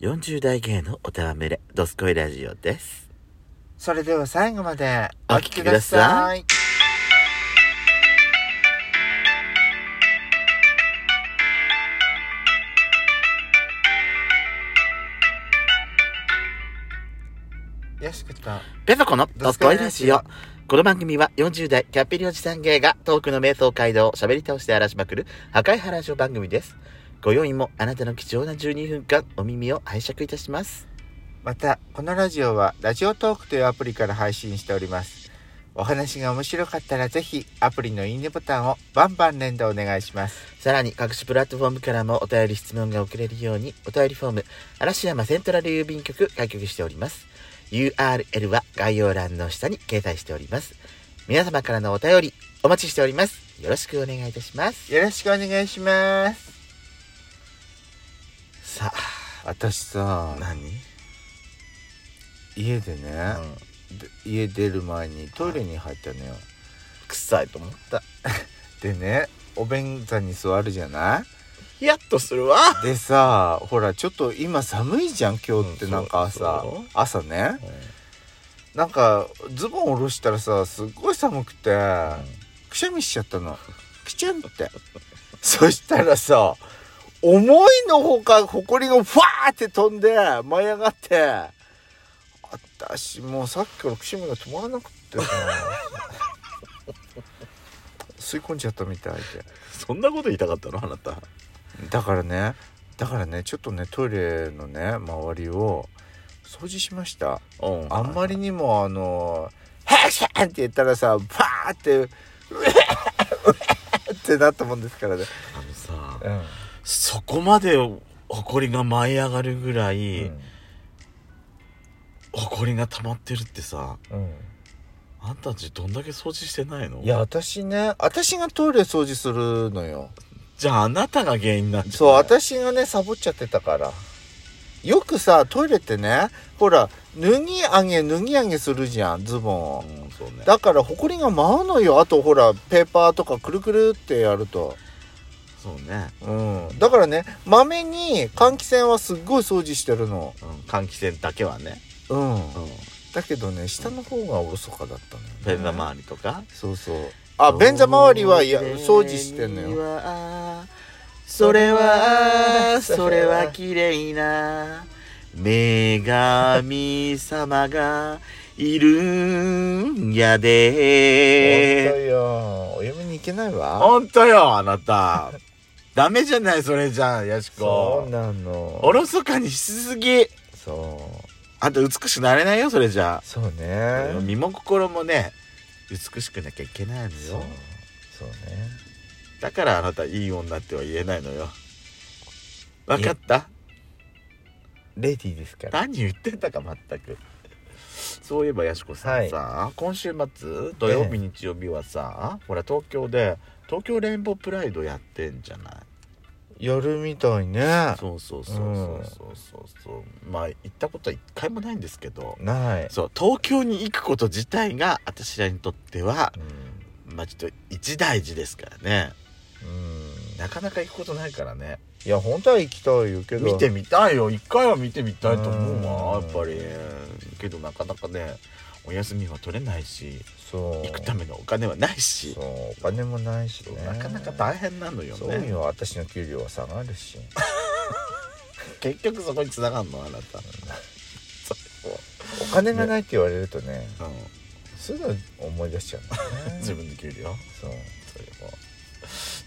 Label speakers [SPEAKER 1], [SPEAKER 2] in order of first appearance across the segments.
[SPEAKER 1] 40代芸のおたわめれ、ドスコイラジオです。
[SPEAKER 2] それでは最後まで
[SPEAKER 1] お
[SPEAKER 2] お
[SPEAKER 1] 聞
[SPEAKER 2] 聞
[SPEAKER 1] き
[SPEAKER 2] き
[SPEAKER 1] く
[SPEAKER 2] く
[SPEAKER 1] だ
[SPEAKER 2] だ
[SPEAKER 1] さ
[SPEAKER 2] さい。よしこと
[SPEAKER 1] ペソコのド
[SPEAKER 2] ド
[SPEAKER 1] ス
[SPEAKER 2] ス
[SPEAKER 1] コ
[SPEAKER 2] コ
[SPEAKER 1] イ
[SPEAKER 2] イ
[SPEAKER 1] ラ
[SPEAKER 2] ラ
[SPEAKER 1] ジ
[SPEAKER 2] ジ
[SPEAKER 1] オ
[SPEAKER 2] オ。
[SPEAKER 1] この番組は40代キャッピリおじさん芸がトークの瞑想街道を喋り倒して荒らしまくる破壊ハラジオ番組です。ご用意もあなたの貴重な12分間お耳を拝借いたします。
[SPEAKER 2] またこのラジオはラジオトークというアプリから配信しておりますお話が面白かったらぜひアプリのいいねボタンをバンバン連打お願いします
[SPEAKER 1] さらに各種プラットフォームからもお便り質問が送れるようにお便りフォーム嵐山セントラル郵便局開局しております URL は概要欄の下に掲載しております皆様からのお便りお待ちしておりますよろしくお願いいたします
[SPEAKER 2] よろしくお願いします
[SPEAKER 1] さあ
[SPEAKER 2] 私さ
[SPEAKER 1] 何
[SPEAKER 2] 家でね
[SPEAKER 1] うん
[SPEAKER 2] で家出る前にトイレに入ったのよ
[SPEAKER 1] 臭いと思った
[SPEAKER 2] でねお便座に座るじゃな
[SPEAKER 1] ヒヤッとするわ
[SPEAKER 2] いでさほらちょっと今寒いじゃん今日っ
[SPEAKER 1] う
[SPEAKER 2] て
[SPEAKER 1] ん
[SPEAKER 2] なんか
[SPEAKER 1] そ
[SPEAKER 2] 朝、
[SPEAKER 1] うそう
[SPEAKER 2] 朝ねなんかズボン下ろしたらさすっごい寒くて、くしゃみしちゃったのくちゃんって そしたらさ思いのほかほこりがファーって飛んで舞い上がって私もうさっきからくしゃみが止まらなく ってさ吸い込んじゃったみたいで
[SPEAKER 1] そんなこと言いたかったのあなた
[SPEAKER 2] だからねだからねちょっとねトイレのね周りを掃除しました
[SPEAKER 1] うん
[SPEAKER 2] あんまりにもあの「ヘクシャン!」って言ったらさバーって「うえっうえっ!」ってなったもんですからね、
[SPEAKER 1] あのさ
[SPEAKER 2] うん
[SPEAKER 1] そこまで埃が舞い上がるぐらい、埃が溜まってるってさあんたたちどんだけ掃除してないの
[SPEAKER 2] いや私ね私がトイレ掃除するのよ
[SPEAKER 1] じゃああなたが原因なんじゃない
[SPEAKER 2] そう私がねサボっちゃってたからよくさトイレってねほら脱ぎ上げ脱ぎ上げするじゃんズボンを
[SPEAKER 1] うんそうね
[SPEAKER 2] だからホコリが舞うのよあとほらペーパーとかくるくるってやると
[SPEAKER 1] そうね、
[SPEAKER 2] うんだからねまめに換気扇はすっごい掃除してるの
[SPEAKER 1] うん、換気扇だけはね、
[SPEAKER 2] うん
[SPEAKER 1] うん、
[SPEAKER 2] だけどね下の方がおろそかだったのよ、ね、
[SPEAKER 1] 便座周りとか
[SPEAKER 2] そうそうあ便座周りはいや掃除してんのよ
[SPEAKER 1] よそれはそれは綺麗な女神様がいるんや
[SPEAKER 2] 本当
[SPEAKER 1] で
[SPEAKER 2] よお嫁に行けないわ
[SPEAKER 1] 本当よあなたダメじゃないそれじゃんやし
[SPEAKER 2] そ
[SPEAKER 1] こ
[SPEAKER 2] うなの
[SPEAKER 1] おろそかにしすぎ
[SPEAKER 2] そう
[SPEAKER 1] あんた美しくなれないよそれじゃ
[SPEAKER 2] そう
[SPEAKER 1] あ
[SPEAKER 2] ね
[SPEAKER 1] 身も心もね美しくなきゃいけないの
[SPEAKER 2] そう
[SPEAKER 1] よ
[SPEAKER 2] そうね
[SPEAKER 1] だからあなたいい女っては言えないのよ分かった
[SPEAKER 2] レディーですから
[SPEAKER 1] 何言ってんだか全くそういえばやしこさん、
[SPEAKER 2] はい
[SPEAKER 1] さ今週末土曜日、日曜日はさほら東京で東京レインボープライドやってんじゃない
[SPEAKER 2] やるみたいね
[SPEAKER 1] そうそうそうそうそうそうそうまあ行ったことは一回もないんですけど
[SPEAKER 2] ない
[SPEAKER 1] そう東京に行くこと自体が私らにとっては
[SPEAKER 2] うん
[SPEAKER 1] まあちょっと一大事ですからね
[SPEAKER 2] うん
[SPEAKER 1] なかなか行くことないからね
[SPEAKER 2] いや本当は行きたいよけど
[SPEAKER 1] 見てみたいよ一回は見てみたいと思うわ
[SPEAKER 2] うん
[SPEAKER 1] やっぱりけどなかなかねお休みは取れないし
[SPEAKER 2] そう
[SPEAKER 1] 行くためのお金はないし
[SPEAKER 2] そうお金もないしね
[SPEAKER 1] なかなか大変なのよ
[SPEAKER 2] そう
[SPEAKER 1] ね
[SPEAKER 2] よ私の給料は下がるし
[SPEAKER 1] 結局そこに繋がんのあなた
[SPEAKER 2] お金がないって言われるとね
[SPEAKER 1] うん
[SPEAKER 2] すぐ思い出しちゃうね
[SPEAKER 1] 自 分で給料
[SPEAKER 2] そう
[SPEAKER 1] それも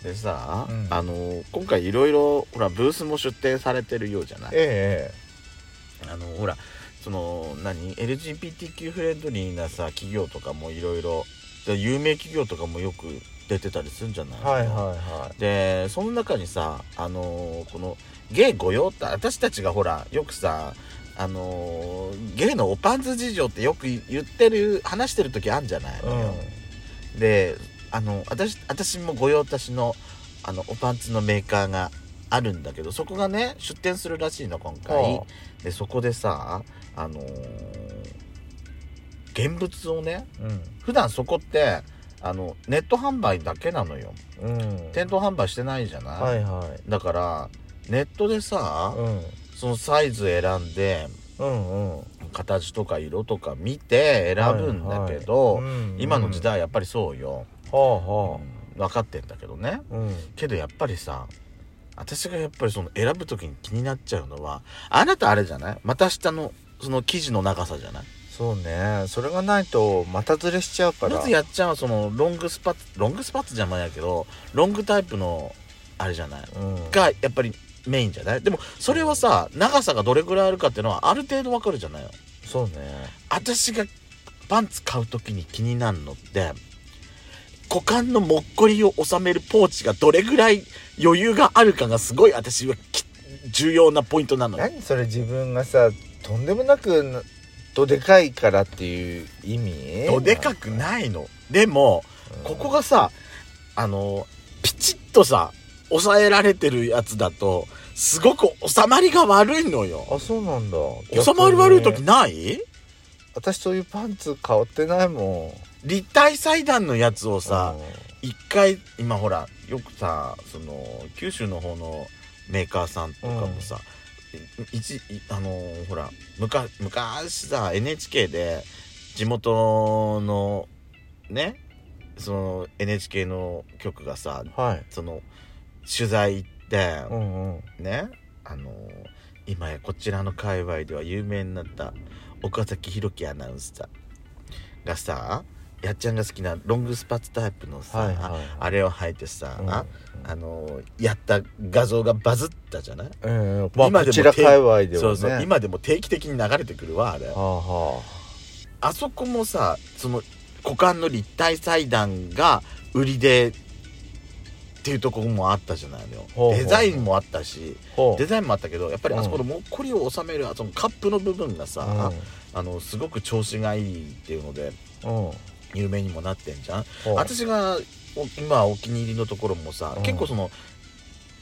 [SPEAKER 1] でさ、
[SPEAKER 2] うん
[SPEAKER 1] あの今回いろいろほらブースも出展されてるようじゃない
[SPEAKER 2] ええ
[SPEAKER 1] あのほらその何 LGBTQ フレンドリーなさ企業とかもいろいろで有名企業とかもよく出てたりするんじゃない
[SPEAKER 2] はいはいはい
[SPEAKER 1] でその中にさあのーこのゲイ御用って私たちがほらよくさあのーゲイのおパンツ事情ってよく言ってる話してる時あんじゃないのよ、であの私私も御用達のあのおパンツのメーカーがあるんだけどそこがね出店するらしいの今回
[SPEAKER 2] は
[SPEAKER 1] でそこでさあのー現物をね
[SPEAKER 2] うん
[SPEAKER 1] 普段そこってあのネット販売だけなのよ
[SPEAKER 2] うん
[SPEAKER 1] 店頭販売してないじゃない、
[SPEAKER 2] はいはい
[SPEAKER 1] だからネットでさ、
[SPEAKER 2] うん
[SPEAKER 1] そのサイズ選んで
[SPEAKER 2] うんうん
[SPEAKER 1] 形とか色とか見て選ぶんだけど、
[SPEAKER 2] はいはいうんうん
[SPEAKER 1] 今の時代はやっぱりそうよ、
[SPEAKER 2] はあは
[SPEAKER 1] 分かってんだけどね
[SPEAKER 2] あうん
[SPEAKER 1] けどやっぱりさ私がやっぱりその選ぶ時に気になっちゃうのはあなたあれじゃないまた下のその生地の長さじゃない
[SPEAKER 2] そうねそれがないと股ずれしちゃうから
[SPEAKER 1] まずやっちゃんはそのロングスパッツロングスパッツじゃないけどロングタイプのあれじゃない
[SPEAKER 2] うん
[SPEAKER 1] がやっぱりメインじゃないでもそれはさ長さがどれぐらいあるかっていうのはある程度わかるじゃないよ
[SPEAKER 2] そうね
[SPEAKER 1] 私がパンツ買う時に気になるのって股間のもっこりを収めるポーチがどれぐらい余裕があるかがすごい私はき重要なポイントなのよ
[SPEAKER 2] 何それ自分がさとんでもなくなどでかいからっていう意味
[SPEAKER 1] どでかくないのでも
[SPEAKER 2] うん
[SPEAKER 1] ここがさあのピチッとさ抑えられてるやつだとすごく収まりが悪いのよ
[SPEAKER 2] あそうなんだ
[SPEAKER 1] 収まり悪い
[SPEAKER 2] 逆
[SPEAKER 1] 時
[SPEAKER 2] に
[SPEAKER 1] ない
[SPEAKER 2] 私そういうパンツ変わってないも
[SPEAKER 1] 立体裁断のやつを
[SPEAKER 2] ん
[SPEAKER 1] さ一回今ほらよくさその九州の方のメーカーさんとかもさ、い一いあのーほらむか昔さ NHK で地元のねその NHK の局がさ
[SPEAKER 2] うんはい
[SPEAKER 1] その取材行って、
[SPEAKER 2] うんうん
[SPEAKER 1] ねあのー今やこちらの界隈では有名になった岡崎弘樹アナウンサーがさやっちゃんが好きなロングスパッツタイプのさ、
[SPEAKER 2] はいはい
[SPEAKER 1] あれを履いてさ、
[SPEAKER 2] うん
[SPEAKER 1] ああのーやった画像がバズったじゃない、
[SPEAKER 2] うんうんまあ
[SPEAKER 1] 今でも
[SPEAKER 2] こちら界隈ではね
[SPEAKER 1] そうそう今でも定期的に流れてくるわあれ
[SPEAKER 2] はあは
[SPEAKER 1] あそこもさその股間の立体裁断が売りでっていうところもあったじゃないのよ
[SPEAKER 2] ほうほう
[SPEAKER 1] デザインもあったし
[SPEAKER 2] あほう
[SPEAKER 1] デザインもあったけどやっぱりあそこのもっこりを収めるあそのカップの部分がさ、あのすごく調子がいいっていうので
[SPEAKER 2] うんうん
[SPEAKER 1] 有名にもなってんじゃん、
[SPEAKER 2] ほう
[SPEAKER 1] 私がお今お気に入りのところもさ、
[SPEAKER 2] うん
[SPEAKER 1] 結構その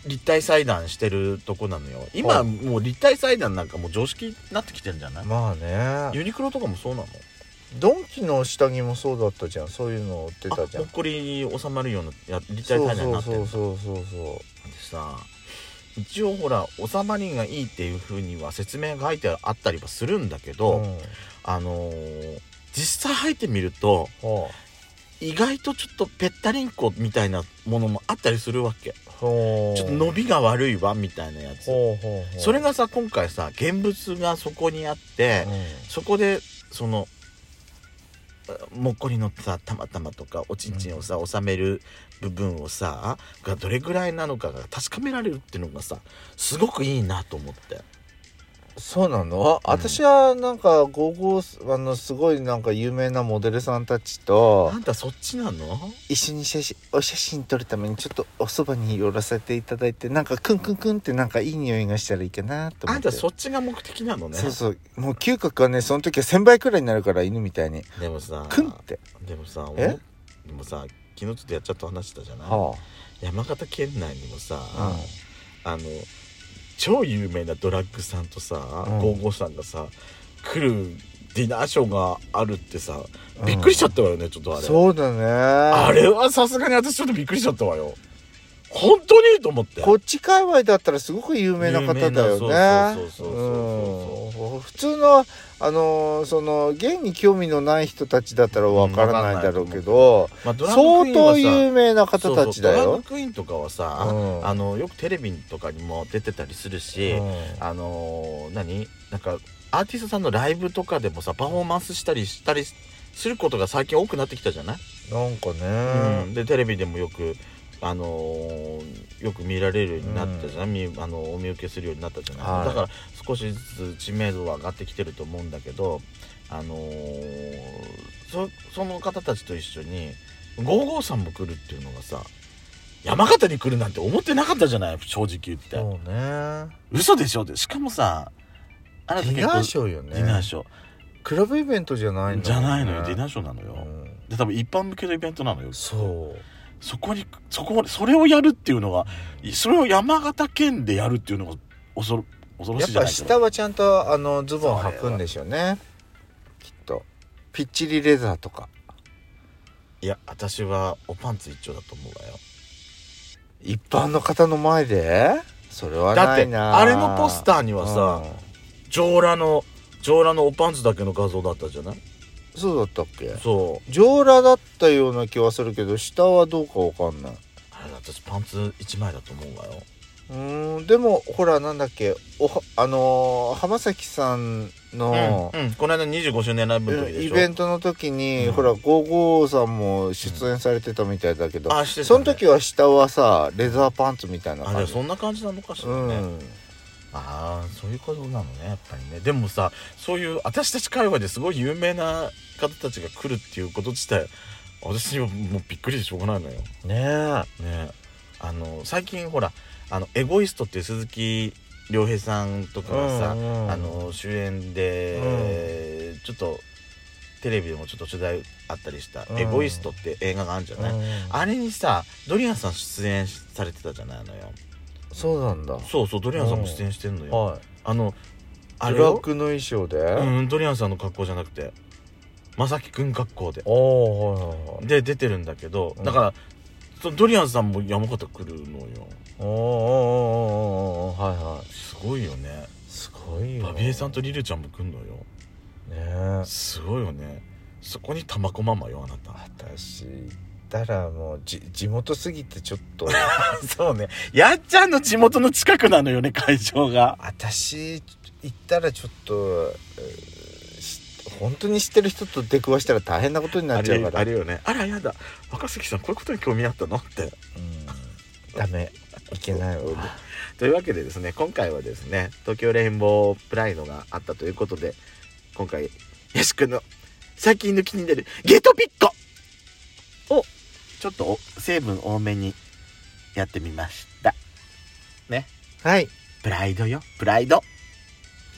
[SPEAKER 1] 立体裁断してるとこなのよ今、
[SPEAKER 2] ほう
[SPEAKER 1] もう立体裁断なんかもう常識になってきてんじゃない、
[SPEAKER 2] まあね
[SPEAKER 1] ユニクロとかもそうなの
[SPEAKER 2] ドンキの下着もそうだったじゃんそういうのを売って
[SPEAKER 1] あ
[SPEAKER 2] たじゃ
[SPEAKER 1] ほ
[SPEAKER 2] ん
[SPEAKER 1] っこりに収まるようなや立体
[SPEAKER 2] そう
[SPEAKER 1] 裁断になってる
[SPEAKER 2] そ
[SPEAKER 1] ん
[SPEAKER 2] う
[SPEAKER 1] だ
[SPEAKER 2] そうそうそ
[SPEAKER 1] でさ一応ほら収まりがいいっていうふうには説明が書いてあったりはするんだけ
[SPEAKER 2] う
[SPEAKER 1] ど、
[SPEAKER 2] うん
[SPEAKER 1] あのー実際履いてみると
[SPEAKER 2] ほ
[SPEAKER 1] 意外とちょっとぺったりんこみたいなものもあったりするわけ
[SPEAKER 2] うほう
[SPEAKER 1] ちょっと伸びが悪いわみたいなやつ
[SPEAKER 2] ほうほうほう
[SPEAKER 1] それがさ今回さ現物がそこにあって
[SPEAKER 2] うん
[SPEAKER 1] そこでそのもっこりのさたまたまとかおちんちんをさ収める部分をさがどれぐらいなのかが確かめられるっていうのがさすごくいいなと思って
[SPEAKER 2] そうなの、あ私はなんか55あのすごいなんか有名なモデルさんたちと
[SPEAKER 1] あんたそっちなの
[SPEAKER 2] 一緒に写真お写真撮るためにちょっとおそばに寄らせていただいてなんかクンクンクンってなんかいい匂いがしたらいいかなと思って
[SPEAKER 1] あんたそっちが目的なのね
[SPEAKER 2] そうそうもう嗅覚はねその時は1000倍くらいになるから犬みたいに
[SPEAKER 1] でもさ
[SPEAKER 2] クンって
[SPEAKER 1] でもさ
[SPEAKER 2] え
[SPEAKER 1] 思っでもさ昨日ちょっとやっちゃった話したじゃない、山形県内にもさ、
[SPEAKER 2] あ
[SPEAKER 1] あの超有名なドラッグさんとさ、
[SPEAKER 2] うん
[SPEAKER 1] ゴーゴーさんがさ来るディナーショーがあるってさ
[SPEAKER 2] うん
[SPEAKER 1] びっくりしちゃったわよね、ちょっとあれ
[SPEAKER 2] そうだね
[SPEAKER 1] あれはさすがに私ちょっとびっくりしちゃったわよ本当にと思って
[SPEAKER 2] こっち界隈だったらすごく有名な方だよ
[SPEAKER 1] 有名なそ
[SPEAKER 2] ね
[SPEAKER 1] うそうそうそう
[SPEAKER 2] うん普通のあのーその芸に興味のない人たちだったらわからないだろうけど、
[SPEAKER 1] まあドラ
[SPEAKER 2] 相
[SPEAKER 1] ァグクイーンは
[SPEAKER 2] 当
[SPEAKER 1] さ
[SPEAKER 2] 有名な方たちだ
[SPEAKER 1] そうそうドラァグ
[SPEAKER 2] よ。
[SPEAKER 1] クイーンとかはさ、
[SPEAKER 2] うん
[SPEAKER 1] あのよくテレビとかにも出てたりするし、
[SPEAKER 2] うん
[SPEAKER 1] あのー何なんかアーティストさんのライブとかでもさパフォーマンスしたりしたりすることが最近多くなってきたじゃない、
[SPEAKER 2] なんか
[SPEAKER 1] う
[SPEAKER 2] ね
[SPEAKER 1] ん、でテレビでもよくあのーよく見られるようになったじゃん、みあのお見受けするようになったじゃない、
[SPEAKER 2] はい
[SPEAKER 1] だから少しずつ知名度は上がってきてると思うんだけどあのーそその方たちと一緒にゴーゴーさんも来るっていうのがさ山形に来るなんて思ってなかったじゃない正直言って。
[SPEAKER 2] そうね。
[SPEAKER 1] 嘘でしょってしかもさあ
[SPEAKER 2] デ
[SPEAKER 1] なた
[SPEAKER 2] ィ
[SPEAKER 1] 結構
[SPEAKER 2] ナーショーよね。
[SPEAKER 1] ディナーショ
[SPEAKER 2] クラブイベントじゃないの、
[SPEAKER 1] ーじゃないのよディナー
[SPEAKER 2] シ
[SPEAKER 1] ショーなのよ、
[SPEAKER 2] うん
[SPEAKER 1] で多分一般向けのイベントなのよ
[SPEAKER 2] そう。
[SPEAKER 1] そこにそこそれをやるっていうのがそれを山形県でやるっていうのが恐ろ恐ろ
[SPEAKER 2] や
[SPEAKER 1] しい
[SPEAKER 2] っ
[SPEAKER 1] じゃな
[SPEAKER 2] ぱ
[SPEAKER 1] いけど
[SPEAKER 2] 下はちゃんとあのズボン履くんでしょうねきっとぴっちりレザーとか
[SPEAKER 1] いや私はおパンツ一丁だと思うわよ
[SPEAKER 2] 一般の方の前でそれは
[SPEAKER 1] だっ
[SPEAKER 2] な
[SPEAKER 1] て
[SPEAKER 2] いな
[SPEAKER 1] あれのポスターにはさ
[SPEAKER 2] うん
[SPEAKER 1] 上裸の上裸のおパンツだけの画像だったじゃない
[SPEAKER 2] そうだったっけ
[SPEAKER 1] そう
[SPEAKER 2] 上裸だったような気はするけど下はどうかわかんないう
[SPEAKER 1] あれ私パンツ1枚だと思うわよ
[SPEAKER 2] ーんでもほらなんだっけおはあのー浜崎さんの、
[SPEAKER 1] うん、うん、この間25周年ライブの時でしょ
[SPEAKER 2] イベントの時に、
[SPEAKER 1] うん
[SPEAKER 2] ほら55さんも出演されてたみたいだけど、
[SPEAKER 1] あしてたね
[SPEAKER 2] その時は下はさレザーパンツみたいな
[SPEAKER 1] あじゃ
[SPEAKER 2] 感
[SPEAKER 1] あ
[SPEAKER 2] じ
[SPEAKER 1] そんな感じなのかしら
[SPEAKER 2] う
[SPEAKER 1] ね、
[SPEAKER 2] ん
[SPEAKER 1] ああそういうことなのねやっぱりねでもさそういう私たち界隈ですごい有名な方たちが来るっていうこと自体私にはもうびっくりでしょうがないのよ
[SPEAKER 2] ねえ
[SPEAKER 1] ねあの最近ほらあのエゴイストっていう鈴木亮平さんとかがさ、
[SPEAKER 2] うんうん
[SPEAKER 1] あの主演で、ちょっとテレビでもちょっと取材あったりした「
[SPEAKER 2] うん
[SPEAKER 1] エゴイスト」って映画があるじゃない、あれにさドリアンさん出演されてたじゃないのよ
[SPEAKER 2] そうなんだ
[SPEAKER 1] そうそうドリアンさんも出演してんのよ、
[SPEAKER 2] はい
[SPEAKER 1] あのあれ
[SPEAKER 2] ブラ
[SPEAKER 1] よ
[SPEAKER 2] ックの衣装で、
[SPEAKER 1] うんドリアンさんの格好じゃなくてまさきくん格好で
[SPEAKER 2] ああはいはいはい
[SPEAKER 1] で出てるんだけど、
[SPEAKER 2] うん
[SPEAKER 1] だからそのドリアンさんも山形来るのよ
[SPEAKER 2] おーおーおーおーおーはいはい
[SPEAKER 1] すごいよね
[SPEAKER 2] すごいよ
[SPEAKER 1] バビエさんとリルちゃんも来んのよ
[SPEAKER 2] ねえ
[SPEAKER 1] すごいよねそこにタマコママよあなた
[SPEAKER 2] 私行ったらもうじ地元すぎてちょっと
[SPEAKER 1] そうねやっちゃんの地元の近くなのよね会場が
[SPEAKER 2] 私行ったらちょっとえーし本当に知ってる人と出くわしたら大変なことにな
[SPEAKER 1] あ
[SPEAKER 2] っちゃう
[SPEAKER 1] れ
[SPEAKER 2] から
[SPEAKER 1] あれよねあらやだ若杉さんこういうことに興味あったのって
[SPEAKER 2] うんダメいけない俺
[SPEAKER 1] というわけでですね今回はですね東京レインボープライドがあったということで今回ヤシ君の最近の気になるゲートピッコをちょっとお成分多めにやってみました
[SPEAKER 2] はい
[SPEAKER 1] プライドよプライド